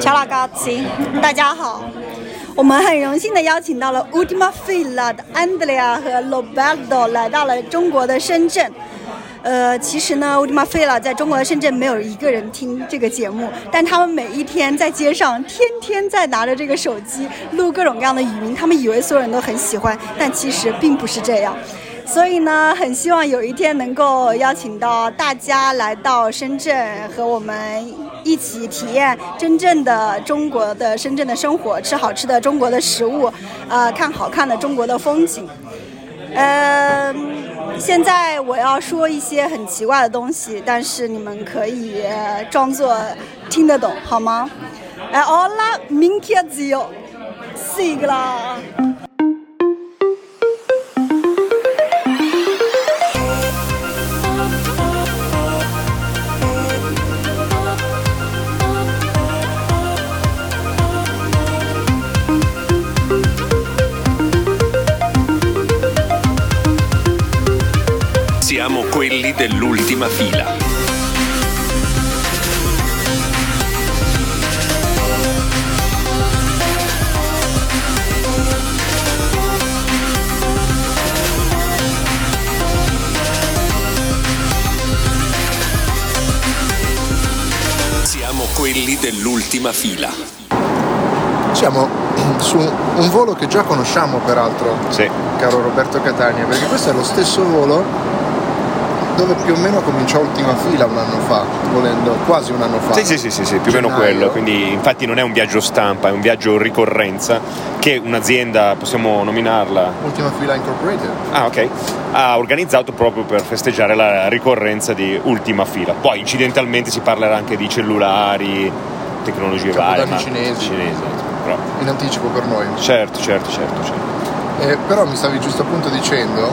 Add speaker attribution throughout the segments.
Speaker 1: ciao ragazzi，大家好。我们很荣幸的邀请到了 Ultima Fila 的 Andrea 和 Roberto 来到了中国的深圳。呃，其实呢，Ultima Fila 在中国的深圳没有一个人听这个节目，但他们每一天在街上，天天在拿着这个手机录各种各样的语音，他们以为所有人都很喜欢，但其实并不是这样。所以呢，很希望有一天能够邀请到大家来到深圳，和我们一起体验真正的中国的深圳的生活，吃好吃的中国的食物，呃，看好看的中国的风景。呃，现在我要说一些很奇怪的东西，但是你们可以呃装作听得懂，好吗？哎，好啦，明天只有四个啦。
Speaker 2: Siamo quelli dell'ultima fila. Siamo quelli dell'ultima fila.
Speaker 3: Siamo su un volo che già conosciamo peraltro,
Speaker 4: Sì.
Speaker 3: caro Roberto Catania, perché questo è lo stesso volo dove più o meno cominciò ultima fila un anno fa, volendo quasi un anno fa.
Speaker 4: Sì, sì, sì, sì, sì, più o meno
Speaker 3: Gennaio.
Speaker 4: quello. Quindi, infatti, non è un viaggio stampa, è un viaggio ricorrenza che un'azienda, possiamo nominarla.
Speaker 3: Ultima fila Incorporated.
Speaker 4: Ah, ok. Ha organizzato proprio per festeggiare la ricorrenza di ultima fila. Poi, incidentalmente, si parlerà anche di cellulari, tecnologie
Speaker 3: Capodanni
Speaker 4: varie. ma-
Speaker 3: cinesi.
Speaker 4: Cinesi, però-
Speaker 3: in anticipo per noi.
Speaker 4: Certo, certo, certo, certo.
Speaker 3: Eh, però mi stavi giusto appunto dicendo,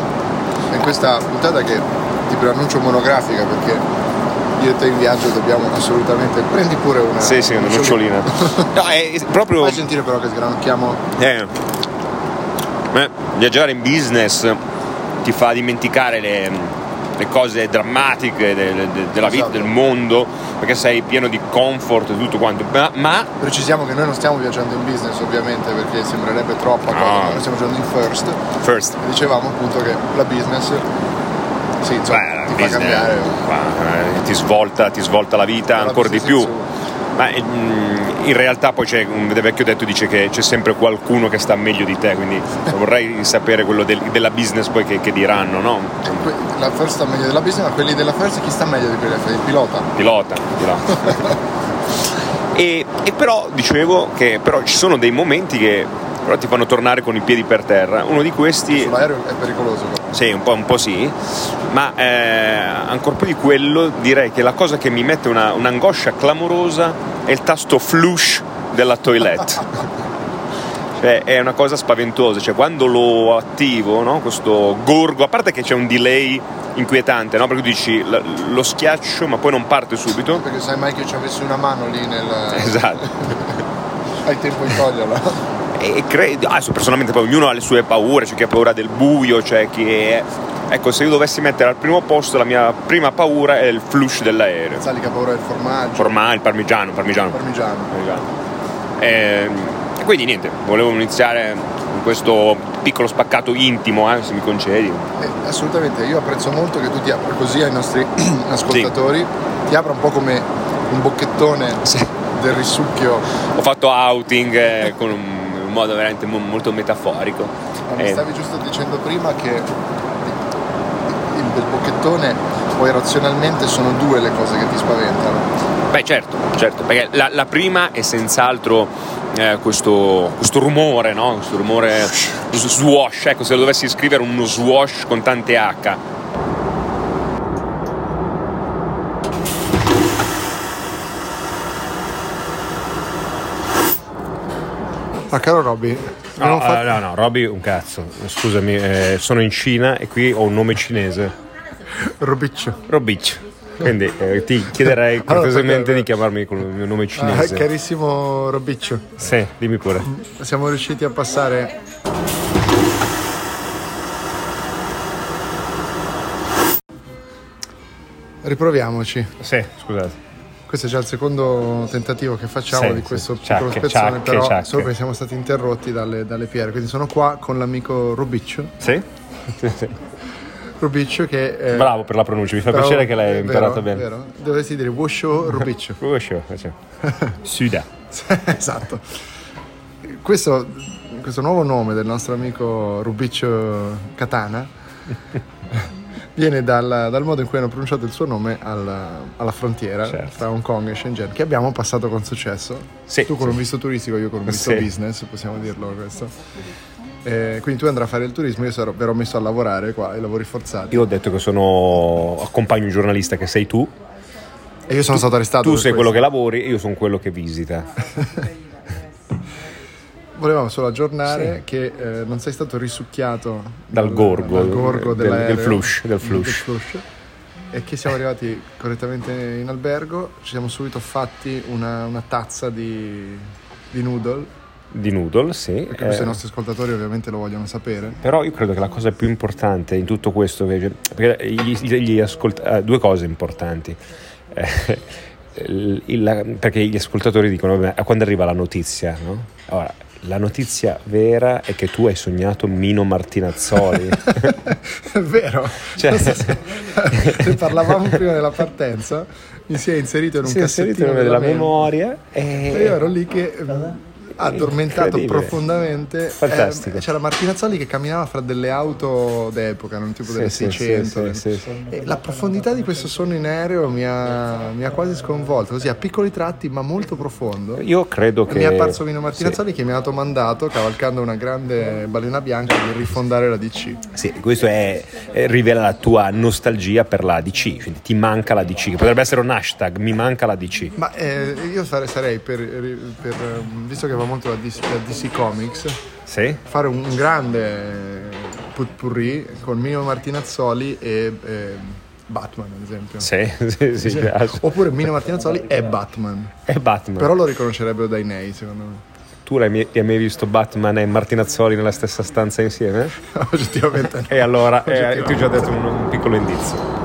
Speaker 3: in questa puntata che ti preannuncio monografica perché io e te in viaggio dobbiamo assolutamente... Prendi pure una...
Speaker 4: Sì, sì, una
Speaker 3: diciamo
Speaker 4: nocciolina. No, è è proprio.
Speaker 3: Fai sentire però che sgranocchiamo
Speaker 4: Eh, eh, viaggiare in business ti fa dimenticare le, le cose drammatiche de- de- de- della vita,
Speaker 3: Esatto.
Speaker 4: del mondo, perché sei pieno di comfort e tutto quanto. Ma, ma-
Speaker 3: Precisiamo che noi non stiamo viaggiando in business ovviamente perché sembrerebbe troppa
Speaker 4: No.
Speaker 3: cosa, ma noi stiamo viaggiando in first e
Speaker 4: first,
Speaker 3: dicevamo appunto che la business sì, insomma,
Speaker 4: beh,
Speaker 3: ti
Speaker 4: la
Speaker 3: fa
Speaker 4: cioè, business,
Speaker 3: cambiare
Speaker 4: qua, eh, ti, svolta, ti svolta la vita
Speaker 3: la
Speaker 4: ancora di
Speaker 3: business
Speaker 4: più. Ma eh, mm, in realtà poi c'è un vecchio detto dice che c'è sempre qualcuno che sta meglio di te, quindi vorrei sapere quello del- della business poi che, che diranno, no?
Speaker 3: in su. Que- La first sta meglio della business, ma quelli della first chi sta meglio di quelli della first? Il pilota.
Speaker 4: pilota, pilota. e, e però dicevo che però ci sono dei momenti che però ti fanno tornare con i piedi per terra. Uno di questi,
Speaker 3: Sull'aereo è pericoloso. però.
Speaker 4: sì, un po', un po' sì, ma eh, ancora più di quello direi che la cosa che mi mette una- un'angoscia clamorosa è il tasto flush della toilette. Cioè, è una cosa spaventosa, cioè quando lo attivo, no, questo gorgo, a parte che c'è un delay inquietante, no? perché tu dici l- lo schiaccio ma poi non parte subito,
Speaker 3: Perché sai mai che ci avessi una mano lì nel...
Speaker 4: Esatto,
Speaker 3: Hai tempo di toglierla.
Speaker 4: e credo, adesso personalmente poi ognuno ha le sue paure, c'è chi ha paura del buio, c'è chi è... Ecco, se io dovessi mettere al primo posto la mia prima paura è il flush dell'aereo.
Speaker 3: Sali che ha paura del formaggio,
Speaker 4: Formale, il parmigiano, parmigiano.
Speaker 3: parmigiano.
Speaker 4: parmigiano. Ehm, E quindi niente, volevo iniziare con questo piccolo spaccato intimo, eh, se mi concedi.
Speaker 3: Eh, assolutamente, io apprezzo molto che tu ti apra così ai nostri ascoltatori, ti apra un po' come un bocchettone del risucchio.
Speaker 4: Ho fatto outing eh, con un un modo veramente mo- molto metaforico.
Speaker 3: Ma Mi
Speaker 4: Eh,
Speaker 3: stavi giusto dicendo prima che il del bocchettone poi razionalmente sono due le cose che ti spaventano.
Speaker 4: Beh certo, certo, perché la, la prima è senz'altro eh, questo, questo rumore, no? Questo rumore s- swash, ecco se dovessi scrivere uno swash con tante H.
Speaker 3: Ma caro Robby,
Speaker 4: No, eh, no, no, Robby un cazzo, scusami, eh, sono in Cina e qui ho un nome cinese,
Speaker 3: Robiccio.
Speaker 4: Robic, quindi eh, ti chiederei
Speaker 3: Allora, eh, ah, cortesemente perché- di
Speaker 4: chiamarmi con il mio nome
Speaker 3: Eh, carissimo Robiccio,
Speaker 4: Sì, dimmi pure.
Speaker 3: siamo riusciti a passare Riproviamoci.
Speaker 4: Sì, scusate.
Speaker 3: Questo è già il secondo tentativo che facciamo
Speaker 4: Sì,
Speaker 3: di
Speaker 4: sì.
Speaker 3: questo piccolo
Speaker 4: Ciacche,
Speaker 3: spezzone,
Speaker 4: ciacche,
Speaker 3: però
Speaker 4: ciacche.
Speaker 3: solo perché siamo stati interrotti dalle, dalle PR. Quindi sono qua con l'amico Robiccio,
Speaker 4: Sì?
Speaker 3: Robiccio che... eh,
Speaker 4: Bravo per la pronuncia, mi fa
Speaker 3: bravo,
Speaker 4: piacere che l'hai
Speaker 3: è vero,
Speaker 4: imparato bene.
Speaker 3: è vero. Dovresti dire Wosho Robiccio.
Speaker 4: Come usciva? Faceva. Suda.
Speaker 3: esatto. Questo, questo nuovo nome del nostro amico Rubiccio Katana viene dal, dal modo in cui hanno pronunciato il suo nome alla, alla frontiera
Speaker 4: Certo.
Speaker 3: tra Hong Kong e Shenzhen, che abbiamo passato con successo.
Speaker 4: Sì,
Speaker 3: tu con un visto turistico, io con un visto
Speaker 4: Sì.
Speaker 3: business, possiamo dirlo questo. Eh, quindi tu andrai a fare il turismo, io sarò, verrò messo a lavorare qua, ai lavori forzati.
Speaker 4: Io ho detto che sono accompagno un giornalista che sei tu,
Speaker 3: e io sono stato arrestato.
Speaker 4: tu
Speaker 3: per
Speaker 4: sei quello che
Speaker 3: Ah, questo.
Speaker 4: lavori e io sono quello che visita.
Speaker 3: Volevamo solo aggiornare che eh, non sei stato risucchiato
Speaker 4: Dal gorgo,
Speaker 3: dal gorgo
Speaker 4: del-
Speaker 3: dell'aereo,
Speaker 4: del flush, del flush.
Speaker 3: flush, e che siamo arrivati correttamente in albergo. Ci siamo subito fatti una, una tazza di, di noodle,
Speaker 4: Di noodle, sì.
Speaker 3: perché questo
Speaker 4: eh,
Speaker 3: i nostri ascoltatori ovviamente lo vogliono sapere.
Speaker 4: Però io credo che la cosa più importante in tutto questo, che- perché gli, gli ascolt- eh, due cose importanti. Eh, il- il- la- perché gli ascoltatori dicono "Vabbè, a quando arriva la notizia, no? Ora, la notizia vera è che tu hai sognato Mino Martinazzoli.
Speaker 3: È vero,
Speaker 4: Cioè-
Speaker 3: Non so se- ne parlavamo prima della partenza, mi si è inserito in un
Speaker 4: si è inserito
Speaker 3: cassettino
Speaker 4: nella
Speaker 3: mem-
Speaker 4: memoria eh, e
Speaker 3: E io ero lì che mh, addormentato
Speaker 4: Incredibile.
Speaker 3: profondamente.
Speaker 4: Fantastico.
Speaker 3: Eh, c'era Martinazzoli che camminava fra delle auto d'epoca, non tipo
Speaker 4: Sì,
Speaker 3: delle
Speaker 4: sì,
Speaker 3: 600.
Speaker 4: sì, sì, sì.
Speaker 3: E la profondità di questo sonno in aereo mi ha, mi ha quasi sconvolto, così a piccoli tratti ma molto profondo.
Speaker 4: Io credo che
Speaker 3: Mi è apparso Mino
Speaker 4: Martinazzoli
Speaker 3: Martinazzoli che mi ha dato mandato, cavalcando una grande balena bianca, di rifondare la DC.
Speaker 4: Sì, questo è- eh, rivela la tua nostalgia per la DC, quindi ti manca la DC, che potrebbe essere un hashtag, mi manca la DC.
Speaker 3: Ma eh, io sare- sarei, per, per, ehm, visto che va molto la DC, la DC Comics,
Speaker 4: Sì?
Speaker 3: fare un grande potpourri con Mino Martinazzoli e, e Batman, ad esempio.
Speaker 4: Sì, sì, sì. piace.
Speaker 3: Oppure Mino Martinazzoli è Batman.
Speaker 4: E Batman.
Speaker 3: Oh, Però lo riconoscerebbero dai nei, secondo me.
Speaker 4: Tu l'hai mai- hai mai visto Batman e Martinazzoli nella stessa stanza insieme?
Speaker 3: Oggettivamente. no.
Speaker 4: E allora, eh,
Speaker 3: Oggettivamente.
Speaker 4: tu hai già detto un, un piccolo indizio.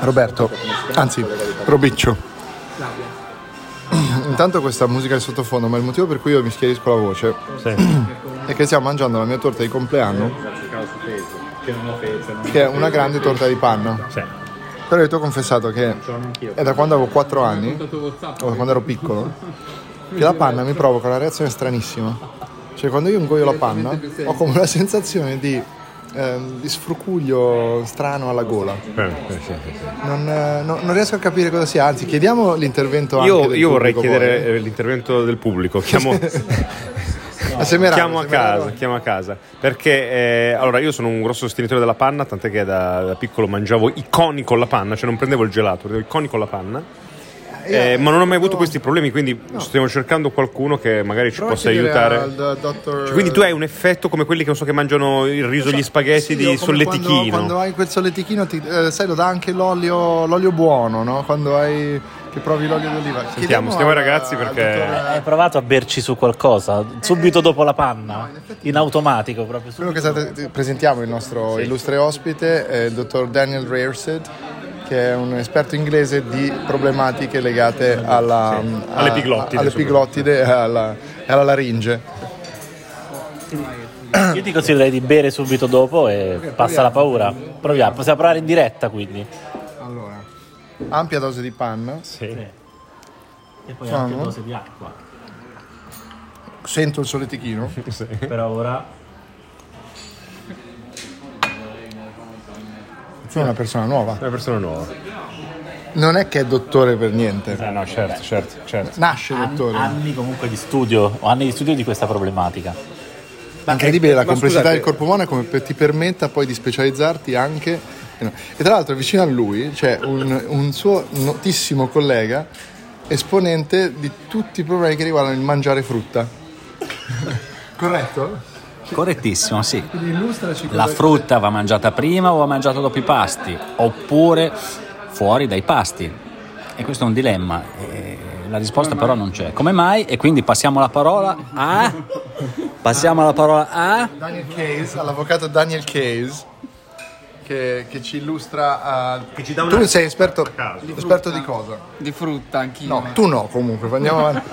Speaker 3: Roberto, anzi, Robiccio. Intanto questa musica è sottofondo, ma il motivo per cui io mi schierisco la voce è che stiamo mangiando la mia torta di compleanno, che è una grande torta di panna.
Speaker 4: Sì.
Speaker 3: Però io ti ho confessato che è da quando avevo 4 anni, o da quando ero piccolo, che la panna mi provoca una reazione stranissima. Cioè quando io ingoio la panna ho come una sensazione di, ehm, di sfrucuglio strano alla gola. Non, eh, no- non riesco a capire cosa sia, anzi chiediamo l'intervento anche
Speaker 4: Io,
Speaker 3: del
Speaker 4: io vorrei
Speaker 3: pubblico
Speaker 4: chiedere
Speaker 3: poi.
Speaker 4: eh, l'intervento del pubblico. Chiamo,
Speaker 3: A Semeraro,
Speaker 4: eh, chiamo a
Speaker 3: Semeraro.
Speaker 4: casa, chiamo a casa. Perché eh, allora io sono un grosso sostenitore della panna, tant'è che da, da piccolo mangiavo i coni con la panna, cioè non prendevo il gelato, prendevo i coni con la panna. Eh, ma non ho mai avuto questi problemi, quindi stiamo cercando qualcuno che magari ci
Speaker 3: Prova a
Speaker 4: possa
Speaker 3: chiedere
Speaker 4: aiutare.
Speaker 3: al dottor-
Speaker 4: Cioè, Quindi tu hai un effetto come quelli che non so che mangiano il riso, gli
Speaker 3: Cioè, Sì,
Speaker 4: spaghetti
Speaker 3: o
Speaker 4: di
Speaker 3: come
Speaker 4: solletichino.
Speaker 3: Quando, quando hai quel solletichino, ti- eh, sai, lo dà anche l'olio, l'olio buono, no? Quando hai che provi l'olio d'oliva. Chiediamo
Speaker 4: stiamo ai
Speaker 3: al-
Speaker 4: ragazzi
Speaker 3: al
Speaker 4: perché-
Speaker 3: dottore- eh,
Speaker 5: Hai provato a berci su qualcosa subito dopo la panna? In automatico proprio.
Speaker 3: Quello
Speaker 5: subito.
Speaker 3: che state- ti- presentiamo il nostro illustre ospite è il dottor Daniel Rearsed, che è un esperto inglese di problematiche legate alla, mm, a-
Speaker 4: alle piglottide,
Speaker 3: alle
Speaker 4: soprattutto.
Speaker 3: piglottide e alla, e alla laringe.
Speaker 5: Io ti consiglierei di bere subito dopo e passa la paura. Proviamo, possiamo provare in diretta quindi.
Speaker 3: Allora, ampia dose di panna,
Speaker 5: E
Speaker 3: anche
Speaker 5: poi
Speaker 3: Fanno.
Speaker 5: dose di acqua.
Speaker 3: sento il solletichino.
Speaker 5: Per ora.
Speaker 3: Sono una persona nuova.
Speaker 4: Una persona nuova.
Speaker 3: Non è che è dottore per niente.
Speaker 4: no, certo, certo, certo.
Speaker 3: Nasce dottore.
Speaker 5: anni comunque di studio, o anni di studio di questa problematica.
Speaker 3: Incredibile la
Speaker 4: ma
Speaker 3: complessità
Speaker 4: scusate-
Speaker 3: del corpo umano e come per- ti permetta poi di specializzarti anche. E tra l'altro vicino a lui c'è un, un suo notissimo collega esponente di tutti i problemi che riguardano il mangiare frutta. Corretto?
Speaker 6: Correttissimo, sì.
Speaker 3: Quindi illustraci
Speaker 6: La frutta va mangiata prima o va mangiata dopo i pasti, oppure fuori dai pasti. E questo è un dilemma. e la risposta però non c'è. Come mai? E quindi passiamo la parola a. Passiamo la parola a.
Speaker 3: Daniel Case, all'avvocato Daniel Case che, che ci illustra. eh,
Speaker 4: Che ci dà una-
Speaker 3: tu sei esperto,
Speaker 4: a caso.
Speaker 3: esperto di cosa?
Speaker 7: Di frutta anch'io.
Speaker 3: No, tu no comunque, andiamo avanti.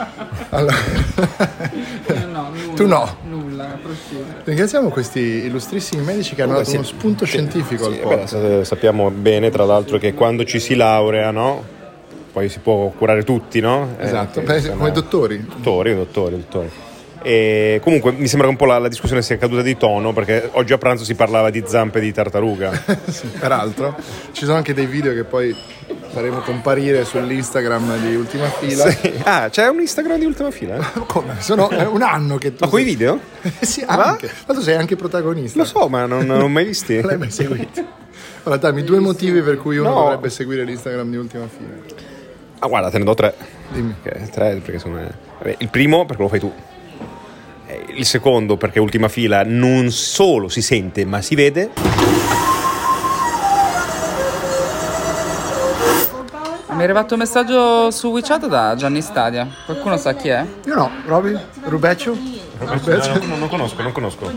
Speaker 3: Allora,
Speaker 7: Io no, nulla,
Speaker 3: Tu no.
Speaker 7: Nulla, prosciutto.
Speaker 3: ringraziamo questi illustrissimi medici che hanno dato uno spunto scientifico al
Speaker 4: Sì, eh, beh,
Speaker 3: podcast.
Speaker 4: sa- sappiamo bene, tra l'altro, che quando ci si laurea, no? Poi si può curare tutti, no? Eh,
Speaker 3: Esatto,
Speaker 4: che
Speaker 3: pensi-
Speaker 4: sono-
Speaker 3: come dottori.
Speaker 4: Dottori, dottori, dottori. E comunque mi sembra che un po' la, la discussione sia caduta di tono perché oggi a pranzo si parlava di zampe di tartaruga.
Speaker 3: Sì, peraltro, ci sono anche dei video che poi faremo comparire sull'Instagram di Ultima Fila.
Speaker 4: Sì. Ah, c'è un Instagram di ultima fila? eh?
Speaker 3: Come? Sono è un anno che tu.
Speaker 4: Ma coi
Speaker 3: sei-
Speaker 4: video?
Speaker 3: sì,
Speaker 4: Ma?
Speaker 3: anche. Ma tu sei anche protagonista.
Speaker 4: Lo so, ma non, non ho mai visti.
Speaker 3: Non l'hai mai seguito. Allora, dammi due motivi per cui uno
Speaker 4: No.
Speaker 3: dovrebbe seguire l'Instagram di Ultima Fila.
Speaker 4: Ah, guarda, te ne do tre.
Speaker 3: Dimmi.
Speaker 4: Ok, tre perché sono. eh, vabbè, il primo perché lo fai tu. Eh, Il secondo perché ultima fila non solo si sente ma si vede.
Speaker 7: Mi è arrivato un messaggio su WeChat da Gianni Stadia. Qualcuno sa chi è?
Speaker 3: Io no, Roby? Rubeccio? Rubeccio?
Speaker 4: non, conosco, non conosco.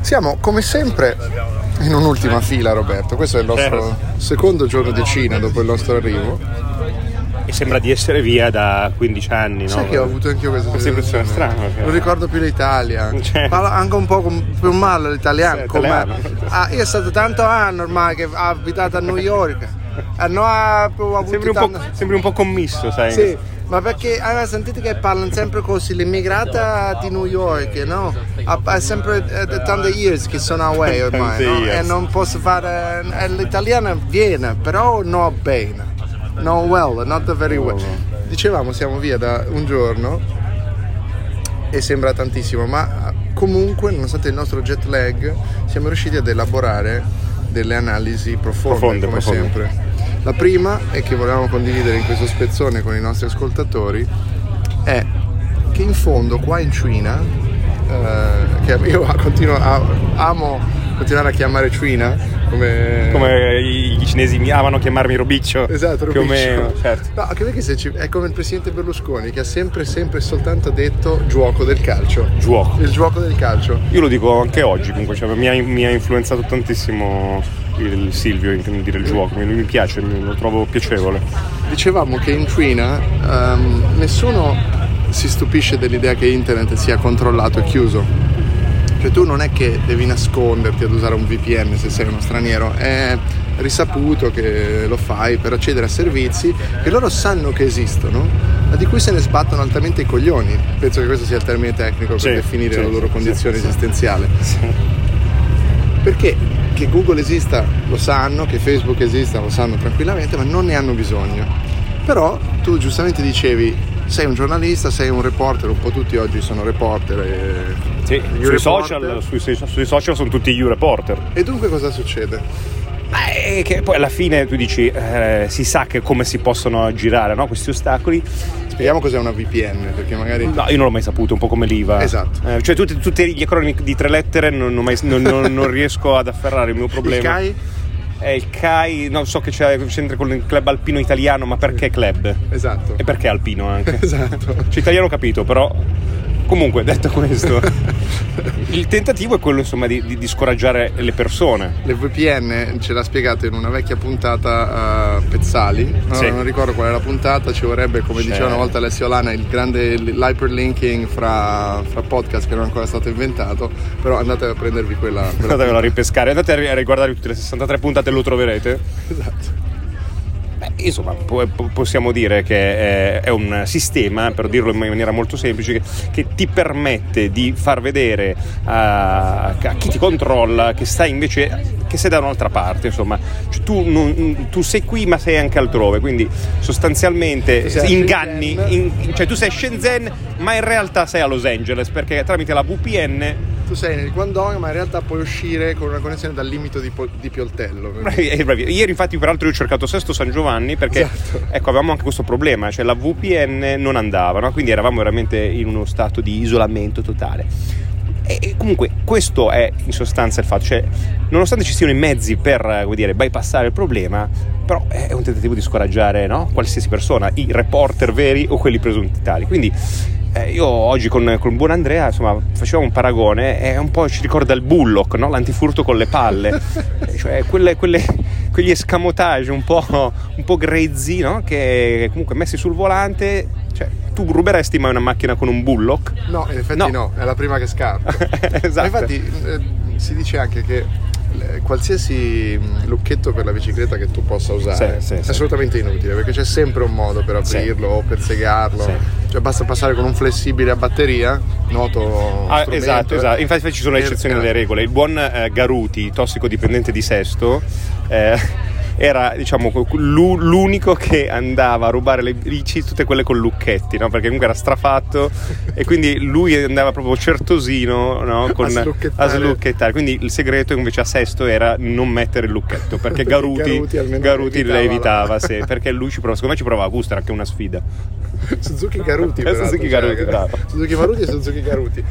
Speaker 3: Siamo come sempre in un'ultima fila, Roberto. Questo è il
Speaker 4: Eh,
Speaker 3: nostro secondo giorno di Cina dopo il nostro arrivo.
Speaker 4: E sembra di essere via da 15 anni, no?
Speaker 3: Sai che ho avuto anch'io questa
Speaker 4: Questa impressione
Speaker 3: sensazione?
Speaker 4: strana, perché-
Speaker 3: Non ricordo più l'Italia.
Speaker 4: Certo.
Speaker 3: Parlo anche un po' con- più male l'italiano.
Speaker 4: Sì,
Speaker 3: come-
Speaker 4: italiano.
Speaker 3: Ah, io è stato tanto anni ormai che ho abitato a New York. E non ho proprio avuto
Speaker 4: Sembri un, po',
Speaker 3: tanto-
Speaker 4: sembri un po' commisso, sai?
Speaker 3: Sì, ma perché allora, sentite che parlano sempre così, l'immigrata di New York, no? Ha, ha sempre eh, tanti years che sono away ormai, no?
Speaker 4: Tanti years.
Speaker 3: E non posso fare... eh, l'italiana viene, però non bene. No well, not very well. Dicevamo, siamo via da un giorno e sembra tantissimo, ma ah, comunque, nonostante il nostro jet lag, siamo riusciti ad elaborare delle analisi profonde,
Speaker 4: Profonde,
Speaker 3: come
Speaker 4: profonde.
Speaker 3: sempre. La prima e che volevamo condividere in questo spezzone con i nostri ascoltatori è che in fondo qua in Cina, eh, che io continuo a- amo continuare a chiamare Cina come...
Speaker 4: Come i- gli cinesi mi amano chiamarmi Robiccio.
Speaker 3: Esatto,
Speaker 4: Più o
Speaker 3: Rubiccio.
Speaker 4: meno, certo.
Speaker 3: No, anche perché se ci- è come il presidente Berlusconi che ha sempre, sempre soltanto detto gioco del calcio.
Speaker 4: Gioco.
Speaker 3: Il gioco del calcio.
Speaker 4: Io lo dico anche oggi, comunque cioè, mi, ha, mi ha influenzato tantissimo il Silvio, in dire il gioco, mi, mi piace, mi- lo trovo piacevole.
Speaker 3: Dicevamo che in Cina ehm, nessuno si stupisce dell'idea che internet sia controllato e chiuso. Cioè tu non è che devi nasconderti ad usare un VPN se sei uno straniero, è risaputo che lo fai per accedere a servizi che loro sanno che esistono, ma di cui se ne sbattono altamente i coglioni. Penso che questo sia il termine tecnico per
Speaker 4: Sì,
Speaker 3: definire
Speaker 4: sì,
Speaker 3: la loro
Speaker 4: sì,
Speaker 3: condizione
Speaker 4: sì, sì.
Speaker 3: esistenziale. Perché che Google esista lo sanno, che Facebook esista lo sanno tranquillamente, ma non ne hanno bisogno. Però tu giustamente dicevi, sei un giornalista, sei un reporter, un po' tutti oggi sono reporter. E...
Speaker 4: Sì,
Speaker 3: i
Speaker 4: sui
Speaker 3: reporter.
Speaker 4: social, sui, sui- sui social sono tutti you reporter.
Speaker 3: E dunque cosa succede?
Speaker 4: E che poi alla fine tu dici, eh, si sa che come si possono aggirare no, questi ostacoli.
Speaker 3: Spieghiamo cos'è una VPN, perché magari...
Speaker 4: No, io non l'ho mai saputo, un po' come l'IVA.
Speaker 3: Esatto.
Speaker 4: Eh, cioè tutti, tutti gli acronimi di tre lettere non, non mai- non- non- non riesco ad afferrare il mio problema.
Speaker 3: Il CAI?
Speaker 4: È il CAI, non so che c'è, c'entra con il club alpino italiano, ma perché club?
Speaker 3: Esatto.
Speaker 4: E perché alpino anche?
Speaker 3: Esatto.
Speaker 4: Cioè, italiano ho capito, però. Comunque, detto questo, il tentativo è quello insomma di, di- di scoraggiare le persone.
Speaker 3: Le VPN ce l'ha spiegato in una vecchia puntata a Pezzali, no?
Speaker 4: Sì.
Speaker 3: non ricordo qual era la puntata, ci vorrebbe, come
Speaker 4: C'è.
Speaker 3: diceva una volta Alessio Lana, il grande l'hyperlinking fra, fra podcast che non è ancora stato inventato, però andate a prendervi quella... quella-
Speaker 4: Andatevelo a ripescare, andate a ri- a riguardare tutte le 63 puntate e lo troverete.
Speaker 3: Esatto.
Speaker 4: Beh, insomma, po- po- possiamo dire che eh, è un sistema, per dirlo in maniera molto semplice, che, che ti permette di far vedere a, a chi ti controlla che stai invece che sei da un'altra parte, insomma, Cioè, tu, non- tu sei qui ma sei anche altrove, quindi sostanzialmente
Speaker 3: Tu sei a
Speaker 4: inganni,
Speaker 3: Shenzhen.
Speaker 4: in- cioè tu sei a Shenzhen ma in realtà sei a Los Angeles perché tramite la VPN
Speaker 3: Tu sei nel Guangdong ma in realtà puoi uscire con una connessione dal limite di, Po- di Pioltello.
Speaker 4: Eh, bravi. Ieri infatti peraltro io ho cercato Sesto San Giovanni perché ecco, avevamo anche questo problema, cioè la VPN non andava, no? quindi eravamo veramente in uno stato di isolamento totale. E e comunque questo è in sostanza il fatto, cioè, nonostante ci siano i mezzi per eh, come dire, bypassare il problema, però è un tentativo di scoraggiare no? qualsiasi persona, i reporter veri o quelli presunti tali. Quindi Eh, io oggi con, con il buon Andrea insomma, facevo un paragone e un po' ci ricorda il Bullock, no? l'antifurto con le palle, Eh, cioè quelle- quelle- quegli escamotage un po', un po' grezzi no? che comunque messi sul volante, cioè, tu ruberesti mai una macchina con un Bullock?
Speaker 3: No, in effetti
Speaker 4: No.
Speaker 3: no, è la prima che scarto.
Speaker 4: Esatto.
Speaker 3: Infatti eh, si dice anche che eh, qualsiasi mh, lucchetto per la bicicletta che tu possa usare
Speaker 4: Sì, sì,
Speaker 3: è
Speaker 4: sì.
Speaker 3: assolutamente inutile perché c'è sempre un modo per
Speaker 4: Sì.
Speaker 3: aprirlo o per segarlo.
Speaker 4: Sì.
Speaker 3: Cioè basta passare con un flessibile a batteria, noto
Speaker 4: Ah,
Speaker 3: strumento,
Speaker 4: esatto,
Speaker 3: eh.
Speaker 4: esatto. Infatti ci sono le
Speaker 3: Eh,
Speaker 4: eccezioni
Speaker 3: eh,
Speaker 4: alle regole. Il buon eh, Garuti, tossicodipendente di Sesto, eh, era diciamo l'u- l'unico che andava a rubare le bici, tutte quelle con lucchetti, no? perché comunque era strafatto e quindi lui andava proprio certosino no? Con-
Speaker 3: slucchettare.
Speaker 4: a slucchettare. Quindi il segreto invece a Sesto era non mettere il lucchetto, perché Garuti,
Speaker 3: Garuti almeno
Speaker 4: Garuti
Speaker 3: evitava
Speaker 4: le
Speaker 3: la-
Speaker 4: evitava, sì, perché lui ci provava, secondo me ci provava a gusto, era anche una sfida.
Speaker 3: Suzuki Garuti,
Speaker 4: Eh,
Speaker 3: peraltro,
Speaker 4: Suzuki
Speaker 3: cioè,
Speaker 4: Garuti, bravo.
Speaker 3: Suzuki Maruti e Suzuki Garuti.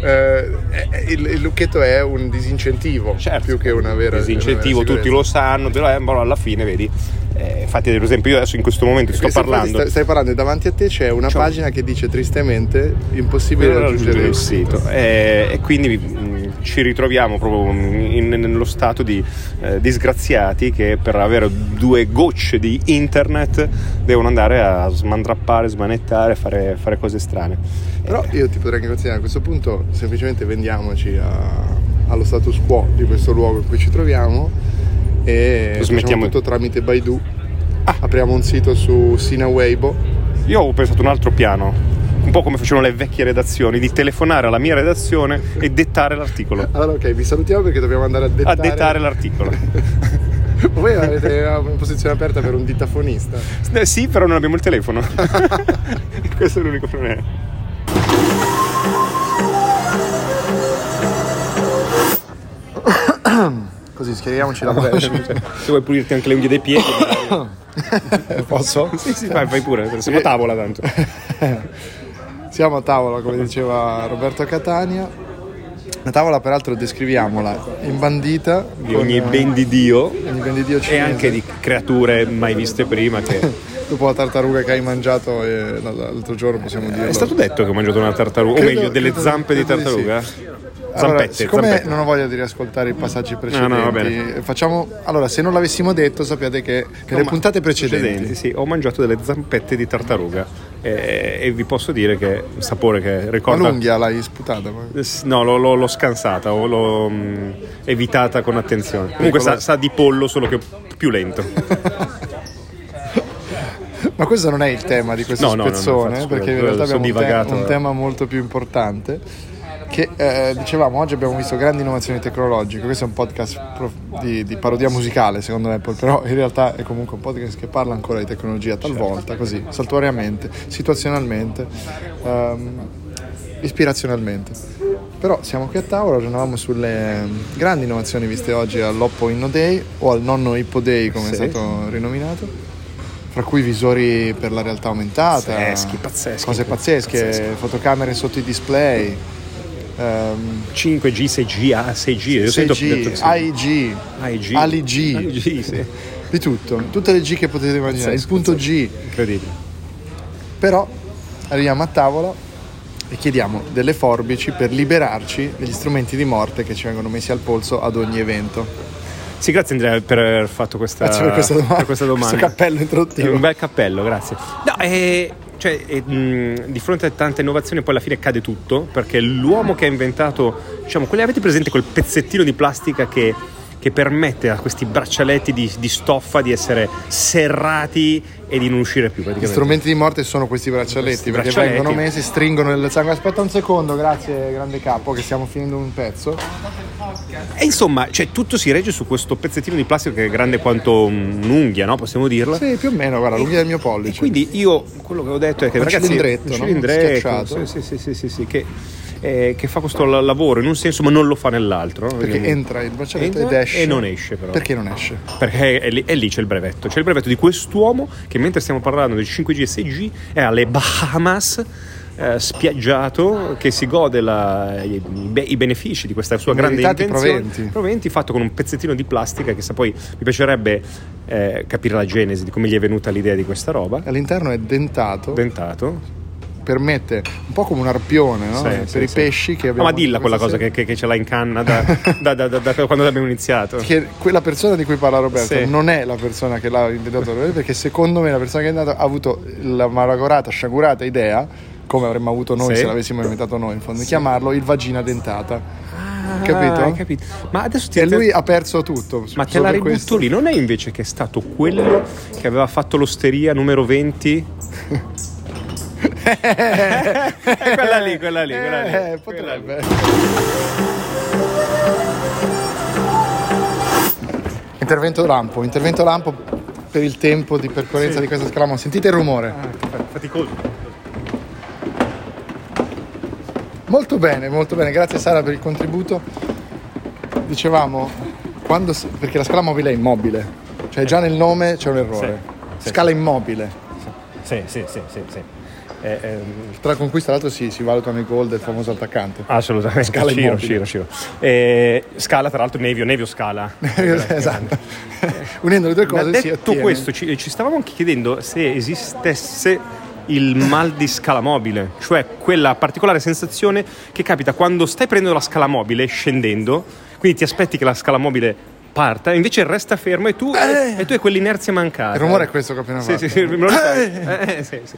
Speaker 3: Eh, eh, il, il lucchetto è un disincentivo
Speaker 4: Certo.
Speaker 3: più che una vera
Speaker 4: disincentivo,
Speaker 3: una vera
Speaker 4: tutti
Speaker 3: sicurezza.
Speaker 4: lo sanno, però eh, boh, alla fine vedi. eh, infatti, per esempio, io adesso in questo momento ti sto
Speaker 3: Perché se infatti
Speaker 4: parlando.
Speaker 3: Stai, stai parlando e davanti a te c'è una
Speaker 4: Ciao.
Speaker 3: pagina che dice tristemente impossibile
Speaker 4: Quello era
Speaker 3: raggiungere
Speaker 4: il sito eh, e quindi mh, ci ritroviamo proprio in- nello stato di eh, disgraziati che per avere due gocce di internet devono andare a smandrappare, smanettare, fare, fare cose strane.
Speaker 3: Però io ti potrei anche consigliare a questo punto semplicemente vendiamoci a- allo status quo di questo luogo in cui ci troviamo e
Speaker 4: Lo
Speaker 3: facciamo
Speaker 4: smettiamo.
Speaker 3: tutto tramite Baidu. Apriamo un sito su Sina Weibo.
Speaker 4: Io ho pensato un altro piano, un po' come facevano le vecchie redazioni, di telefonare alla mia redazione e dettare l'articolo.
Speaker 3: Allora ok, vi salutiamo perché dobbiamo andare a
Speaker 4: A
Speaker 3: dettare,
Speaker 4: dettare l'articolo.
Speaker 3: Voi avete una posizione aperta per un ditafonista.
Speaker 4: Eh, sì, però non abbiamo il telefono. Questo è l'unico problema.
Speaker 3: Così schieriamoci la breccia.
Speaker 4: Se vuoi pulirti anche le unghie dei piedi.
Speaker 8: Posso?
Speaker 4: sì, sì, vai, vai pure. Siamo a tavola tanto.
Speaker 3: Siamo a tavola, come diceva Roberto Catania. La tavola peraltro descriviamola imbandita
Speaker 4: Di ogni ben di Dio
Speaker 3: ogni ben di Dio
Speaker 4: e
Speaker 3: cinese.
Speaker 4: anche di creature mai viste prima che...
Speaker 3: Dopo la tartaruga che hai mangiato eh, l- l'altro giorno possiamo dirlo.
Speaker 4: Eh, È stato detto che ho mangiato una tartaruga, o
Speaker 3: Credo-
Speaker 4: meglio delle
Speaker 3: credo-
Speaker 4: zampe di
Speaker 3: credo di
Speaker 4: tartaruga.
Speaker 3: Allora,
Speaker 4: Zampette,
Speaker 3: siccome
Speaker 4: zampette.
Speaker 3: non ho voglia di riascoltare i passaggi precedenti,
Speaker 4: va bene.
Speaker 3: facciamo allora se non l'avessimo detto sappiate che nelle
Speaker 4: ma-
Speaker 3: puntate precedenti,
Speaker 4: sì, ho mangiato delle zampette di tartaruga eh, e, e vi posso dire che il sapore che
Speaker 3: ma
Speaker 4: ricorda...
Speaker 3: l'unghia l'hai sputata. ma-
Speaker 4: S- No, l'ho, l'ho- l'ho scansata, o l'ho mm, evitata con attenzione. Comunque
Speaker 3: Ecco,
Speaker 4: sa,
Speaker 3: lo-
Speaker 4: sa di pollo, solo che più lento.
Speaker 3: Ma questo non è il tema di questo
Speaker 4: No, no, no, no,
Speaker 3: spezzone,
Speaker 4: infatti, scusa,
Speaker 3: perché in
Speaker 4: quello
Speaker 3: realtà
Speaker 4: sono
Speaker 3: abbiamo un, te-
Speaker 4: divagato,
Speaker 3: un
Speaker 4: eh.
Speaker 3: tema molto più importante. Che eh, dicevamo, oggi abbiamo visto grandi innovazioni tecnologiche. Questo è un podcast pro- di, di parodia musicale, secondo Apple, però in realtà è comunque un podcast che parla ancora di tecnologia, talvolta,
Speaker 4: Certo.
Speaker 3: così, saltuariamente, situazionalmente, ehm, ispirazionalmente. Però siamo qui a tavola, ragionavamo sulle ehm, grandi innovazioni viste oggi all'Oppo Inno Day o al nonno Hippo Day, come è stato rinominato fra cui visori per la realtà aumentata,
Speaker 4: Pazzeschi, pazzeschi.
Speaker 3: cose pazzesche,
Speaker 4: Pazzeschi.
Speaker 3: fotocamere sotto i display, ehm,
Speaker 4: 5G, 6G, A, 6G, ah, io sento-
Speaker 3: 6G,
Speaker 4: detto-
Speaker 3: AIG,
Speaker 4: AIG.
Speaker 3: ALIG,
Speaker 4: AIG, sì.
Speaker 3: di tutto, tutte le G che potete immaginare, il
Speaker 4: Pazzesco,
Speaker 3: punto G.
Speaker 4: Incredibile.
Speaker 3: Però arriviamo a tavola e chiediamo delle forbici per liberarci degli strumenti di morte che ci vengono messi al polso ad ogni evento.
Speaker 4: Sì, grazie Andrea per aver fatto questa,
Speaker 3: Grazie per questa domanda,
Speaker 4: per questa domanda.
Speaker 3: questo cappello
Speaker 4: È
Speaker 3: introduttivo.
Speaker 4: Un bel cappello, grazie. No, eh, cioè, eh, mh, di fronte a tante innovazioni poi alla fine cade tutto, perché l'uomo che ha inventato, diciamo, quelli avete presente quel pezzettino di plastica che, che permette a questi braccialetti di, di stoffa di essere serrati e di non uscire più
Speaker 3: Gli
Speaker 4: praticamente.
Speaker 3: strumenti di morte sono questi braccialetti
Speaker 4: Questi
Speaker 3: perché
Speaker 4: braccialetti.
Speaker 3: vengono messi, stringono il sangue. Aspetta un secondo, grazie grande capo che stiamo finendo un pezzo.
Speaker 4: E insomma, cioè, tutto si regge su questo pezzettino di plastica che è grande quanto mm, un'unghia, no? Possiamo dirla.
Speaker 3: Sì, più o meno, guarda, l'unghia del mio pollice.
Speaker 4: E quindi io quello che ho detto è che
Speaker 3: Un
Speaker 4: ragazzi,
Speaker 3: cilindretto,
Speaker 4: un
Speaker 3: no?
Speaker 4: cilindretto,
Speaker 3: Schiacciato.
Speaker 4: sì, sì, sì, sì, sì, che, eh, che fa questo la- lavoro in un senso ma non lo fa nell'altro. no?
Speaker 3: perché
Speaker 4: Quindi-
Speaker 3: entra il braccialetto
Speaker 4: entra
Speaker 3: ed esce.
Speaker 4: E non esce però.
Speaker 3: Perché non esce?
Speaker 4: Perché è lì, è lì c'è il brevetto. C'è il brevetto di quest'uomo che mentre stiamo parlando del 5G e 6G è alle Bahamas. eh, spiaggiato che si gode la- i, be- i benefici di questa sua grande
Speaker 3: Meritati
Speaker 4: invenzione
Speaker 3: proventi.
Speaker 4: proventi fatto con un pezzettino di plastica che sa poi mi piacerebbe eh, capire la genesi di come gli è venuta l'idea di questa roba
Speaker 3: All'interno è dentato
Speaker 4: dentato
Speaker 3: permette, un po' come un arpione no?
Speaker 4: Sì,
Speaker 3: per
Speaker 4: sì,
Speaker 3: i
Speaker 4: sì.
Speaker 3: pesci che
Speaker 4: Ah,
Speaker 3: abbiamo...
Speaker 4: ma dilla quella cosa
Speaker 3: questa
Speaker 4: che, che- che ce l'ha in canna da, da- da- da- da quando abbiamo iniziato.
Speaker 3: sera. Che quella persona di cui parla Roberto
Speaker 4: Sì.
Speaker 3: non è la persona che l'ha inventato Roberto, perché secondo me la persona che è andata ha avuto la malagorata, sciagurata idea, come avremmo avuto noi
Speaker 4: Sì.
Speaker 3: se l'avessimo inventato noi in fondo, di chiamarlo il vagina dentata. capito?
Speaker 4: Ah, hai capito? Ma adesso ti
Speaker 3: E lui ha perso tutto.
Speaker 4: Ma te
Speaker 3: solo
Speaker 4: la
Speaker 3: per
Speaker 4: ributto
Speaker 3: questo.
Speaker 4: lì, non è invece che è stato quello che aveva fatto l'osteria numero 20? Eh, quella lì, quella lì, quella lì.
Speaker 3: Eh, potrebbe. Intervento lampo, intervento lampo per il tempo di percorrenza di questa scala. Sentite il rumore.
Speaker 4: Ah, Faticoso.
Speaker 3: Molto bene, molto bene, grazie Sara per il contributo. Dicevamo, quando s- perché la scala mobile è immobile, cioè già nel nome c'è un errore.
Speaker 4: sì.
Speaker 3: Scala immobile,
Speaker 4: Sì, sì, sì, sì, sì. Eh, ehm, ah,
Speaker 3: tra con cui tra l'altro si, si valutano i gol del famoso attaccante.
Speaker 4: assolutamente.
Speaker 3: Scala
Speaker 4: Ciro,
Speaker 3: immobile.
Speaker 4: Ciro, Ciro. Eh, scala, tra l'altro, Nevio, Nevio Scala.
Speaker 3: esatto. Unendo le due
Speaker 4: Ma
Speaker 3: cose si
Speaker 4: detto
Speaker 3: ottiene.
Speaker 4: questo, ci, ci stavamo anche chiedendo se esistesse il mal di scala mobile, cioè quella particolare sensazione che capita quando stai prendendo la scala mobile scendendo, quindi ti aspetti che la scala mobile parta, invece resta ferma e tu, e tu hai quell'inerzia mancata.
Speaker 3: Eh. Il rumore è questo che ho appena
Speaker 4: Sì,
Speaker 3: fatto.
Speaker 4: sì, sì, me lo ricordo. Eh, sì, sì.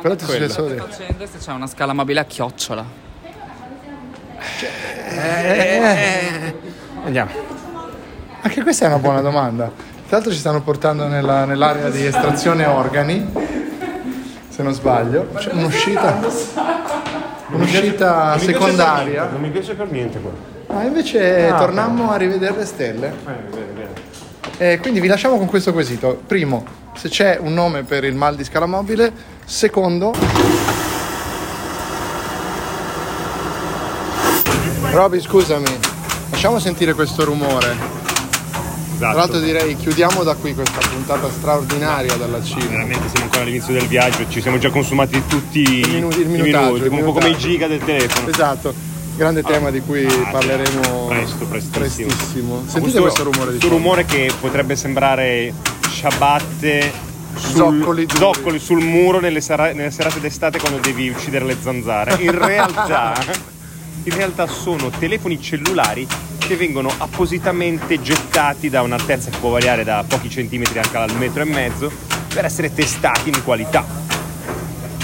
Speaker 3: Però ti succede solo dire-
Speaker 7: Facendo se c'è una scala mobile a chiocciola.
Speaker 4: Andiamo.
Speaker 3: Anche questa è una buona domanda. Tra l'altro ci stanno portando nella- nell'area di estrazione organi, se non sbaglio. C'è un'uscita. Un'uscita secondaria.
Speaker 4: Non mi piace per niente quello.
Speaker 3: Ma invece eh,
Speaker 4: Ah,
Speaker 3: tornammo a rivedere le stelle. Eh, quindi vi lasciamo con questo quesito. Primo, se c'è un nome per il mal di scala mobile. Secondo. Roby, scusami, lasciamo sentire questo rumore.
Speaker 4: Esatto.
Speaker 3: Tra l'altro direi chiudiamo da qui questa puntata straordinaria dalla Cina.
Speaker 4: Veramente siamo ancora all'inizio del viaggio, ci siamo già consumati tutti i
Speaker 3: minuti- il
Speaker 4: i
Speaker 3: minutaggio,
Speaker 4: minuti,
Speaker 3: il
Speaker 4: un po' come i
Speaker 3: minutaggio.
Speaker 4: giga del telefono.
Speaker 3: Esatto, grande tema di cui parleremo
Speaker 4: Presto, prestissimo.
Speaker 3: prestissimo. Sentite
Speaker 4: Questo-
Speaker 3: questo rumore di
Speaker 4: questo
Speaker 3: fondo.
Speaker 4: rumore che potrebbe sembrare ciabatte sul,
Speaker 3: Zoccoli duri.
Speaker 4: zoccoli sul muro nelle, sera- nelle serate d'estate quando devi uccidere le zanzare. In realtà, in realtà sono telefoni cellulari che vengono appositamente gettati da un'altezza che può variare da pochi centimetri anche al metro e mezzo per essere testati in qualità.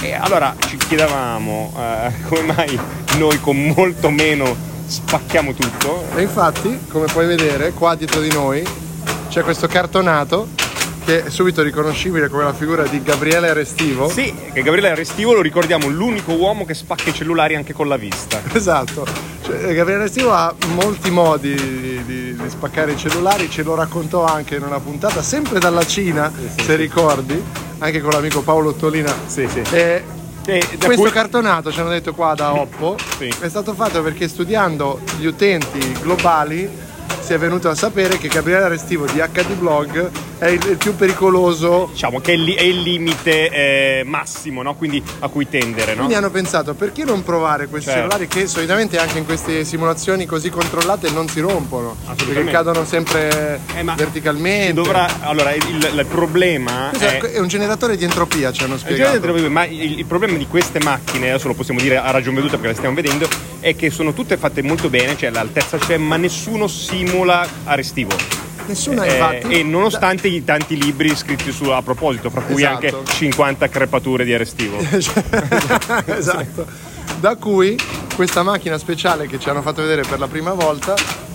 Speaker 4: E allora ci chiedevamo eh, come mai noi con molto meno spacchiamo tutto
Speaker 3: E infatti, come puoi vedere, qua dietro di noi c'è questo cartonato che è subito riconoscibile come la figura di Gabriele Restivo.
Speaker 4: Sì, che Gabriele Restivo lo ricordiamo l'unico uomo che spacca i cellulari anche con la vista.
Speaker 3: Esatto, Cioè, Gabriele Restivo ha molti modi di, di- di spaccare i cellulari, ce lo raccontò anche in una puntata, sempre dalla Cina, se ricordi, anche con l'amico Paolo Ottolina.
Speaker 4: Sì, sì.
Speaker 3: E
Speaker 4: E da
Speaker 3: questo
Speaker 4: cui-
Speaker 3: cartonato, ci hanno detto qua da Oppo,
Speaker 4: Sì.
Speaker 3: è stato fatto perché studiando gli utenti globali si è venuto a sapere che Gabriele Restivo di HD Blog è il, il più pericoloso.
Speaker 4: Diciamo che è, li- è il limite eh, massimo, no? Quindi a cui tendere, no?
Speaker 3: Quindi hanno pensato perché non provare questi
Speaker 4: Certo.
Speaker 3: cellulari che solitamente anche in queste simulazioni così controllate non si rompono,
Speaker 4: Assolutamente.
Speaker 3: perché cadono sempre
Speaker 4: Eh, ma
Speaker 3: verticalmente.
Speaker 4: ci Dovrà, allora, il, il- il problema
Speaker 3: Questo
Speaker 4: è...
Speaker 3: è Esatto. un generatore di entropia, ci hanno
Speaker 4: è già dentro,
Speaker 3: spiegato.
Speaker 4: Ma il, il problema di queste macchine, adesso lo possiamo dire a ragion veduta perché le stiamo vedendo, è che sono tutte fatte molto bene, cioè l'altezza c'è, ma nessuno simula Arestivo.
Speaker 3: Nessuno
Speaker 4: Eh,
Speaker 3: infatti.
Speaker 4: e nonostante i tanti libri scritti su, a proposito, fra cui
Speaker 3: Esatto.
Speaker 4: anche 50 crepature di Arestivo.
Speaker 3: esatto. Da cui questa macchina speciale che ci hanno fatto vedere per la prima volta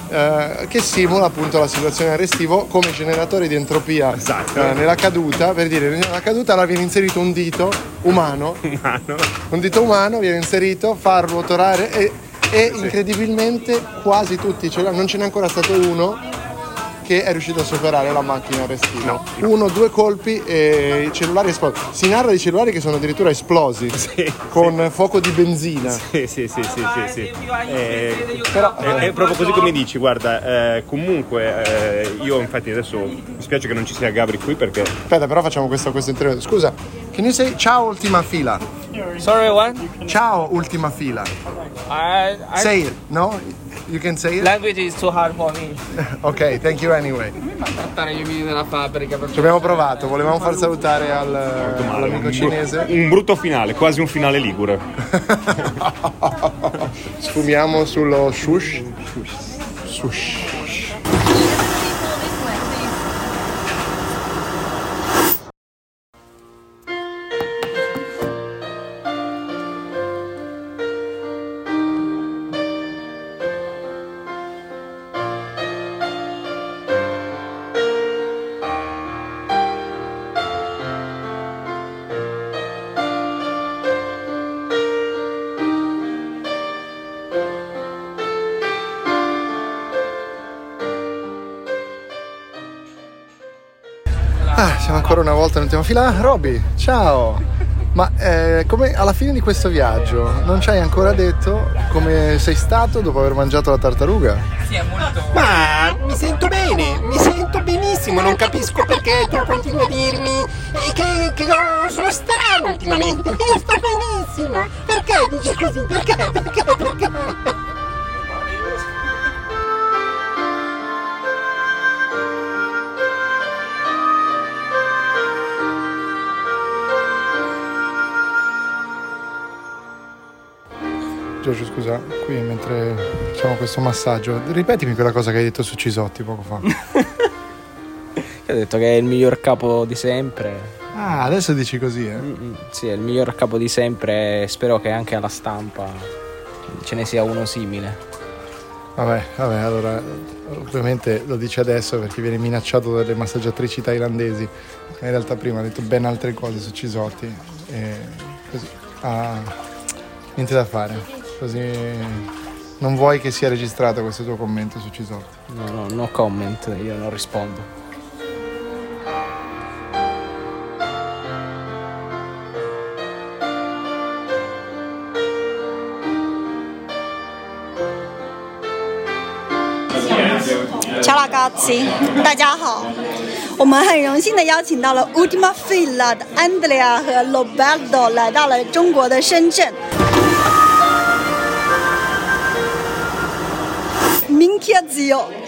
Speaker 3: eh, che simula appunto la situazione arrestivo come generatore di entropia
Speaker 4: Esatto.
Speaker 3: eh, nella caduta, per dire nella caduta allora viene inserito un dito umano,
Speaker 4: Ma Ah, no?
Speaker 3: un dito umano viene inserito, fa ruotolare e, e incredibilmente quasi tutti, ce l'hanno. non ce n'è ancora stato uno che è riuscito a superare la macchina arrestiva.
Speaker 4: No,
Speaker 3: Uno, due colpi e i cellulari esplosi. Si narra di cellulari che sono addirittura esplosi con fuoco di benzina.
Speaker 4: Sì, sì, sì, sì, sì, sì. Eh, però è, è proprio così come dici, guarda, eh, comunque eh, io infatti adesso mi spiace che non ci sia Gabri qui perché
Speaker 3: Aspetta, però facciamo questo, questo intervento. Scusa, che ne sei? Ciao, ultima fila.
Speaker 9: Sorry, what?
Speaker 3: Ciao, ultima fila.
Speaker 9: I, I
Speaker 3: Say it, no? You can say it?
Speaker 9: language is too hard for me.
Speaker 3: Ok, thank you anyway.
Speaker 7: Trattare gli uomini della fabbrica
Speaker 3: Ci abbiamo provato, volevamo far salutare al, all'amico cinese.
Speaker 10: Un brutto finale, quasi un finale ligure.
Speaker 3: Sfumiamo sullo shush. Sush. Ah, siamo ancora una volta nell'ultima fila. Ah, Roby, ciao! Ma eh, come alla fine di questo viaggio non ci hai ancora detto come sei stato dopo aver mangiato la tartaruga?
Speaker 11: Ma mi sento bene, mi sento benissimo, non capisco perché tu continui a dirmi che, che sono strano ultimamente, che io sto benissimo. Perché dici così? Perché? Perché? Perché?
Speaker 3: Giorgio, scusa, qui mentre facciamo questo massaggio, ripetimi quella cosa che hai detto su Cisotti poco fa.
Speaker 11: Io ho detto che è il miglior capo di sempre.
Speaker 3: Ah, adesso dici così, eh?
Speaker 11: Mm, Sì, è il miglior capo di sempre. Spero che anche alla stampa ce ne sia uno simile.
Speaker 3: Vabbè, vabbè, allora ovviamente lo dice adesso perché viene minacciato dalle massaggiatrici thailandesi. In realtà prima ha detto ben altre cose su Cisotti. E così. Ah, niente da fare. Così non vuoi che sia registrato questo tuo commento su Cisotti.
Speaker 11: No, no, no comment, io non rispondo.
Speaker 1: Ciao ragazzi，大家好。我们很荣幸的邀请到了 Ultima Fila 的 Andrea 和 Roberto 来到了中国的深圳。Minchia zio,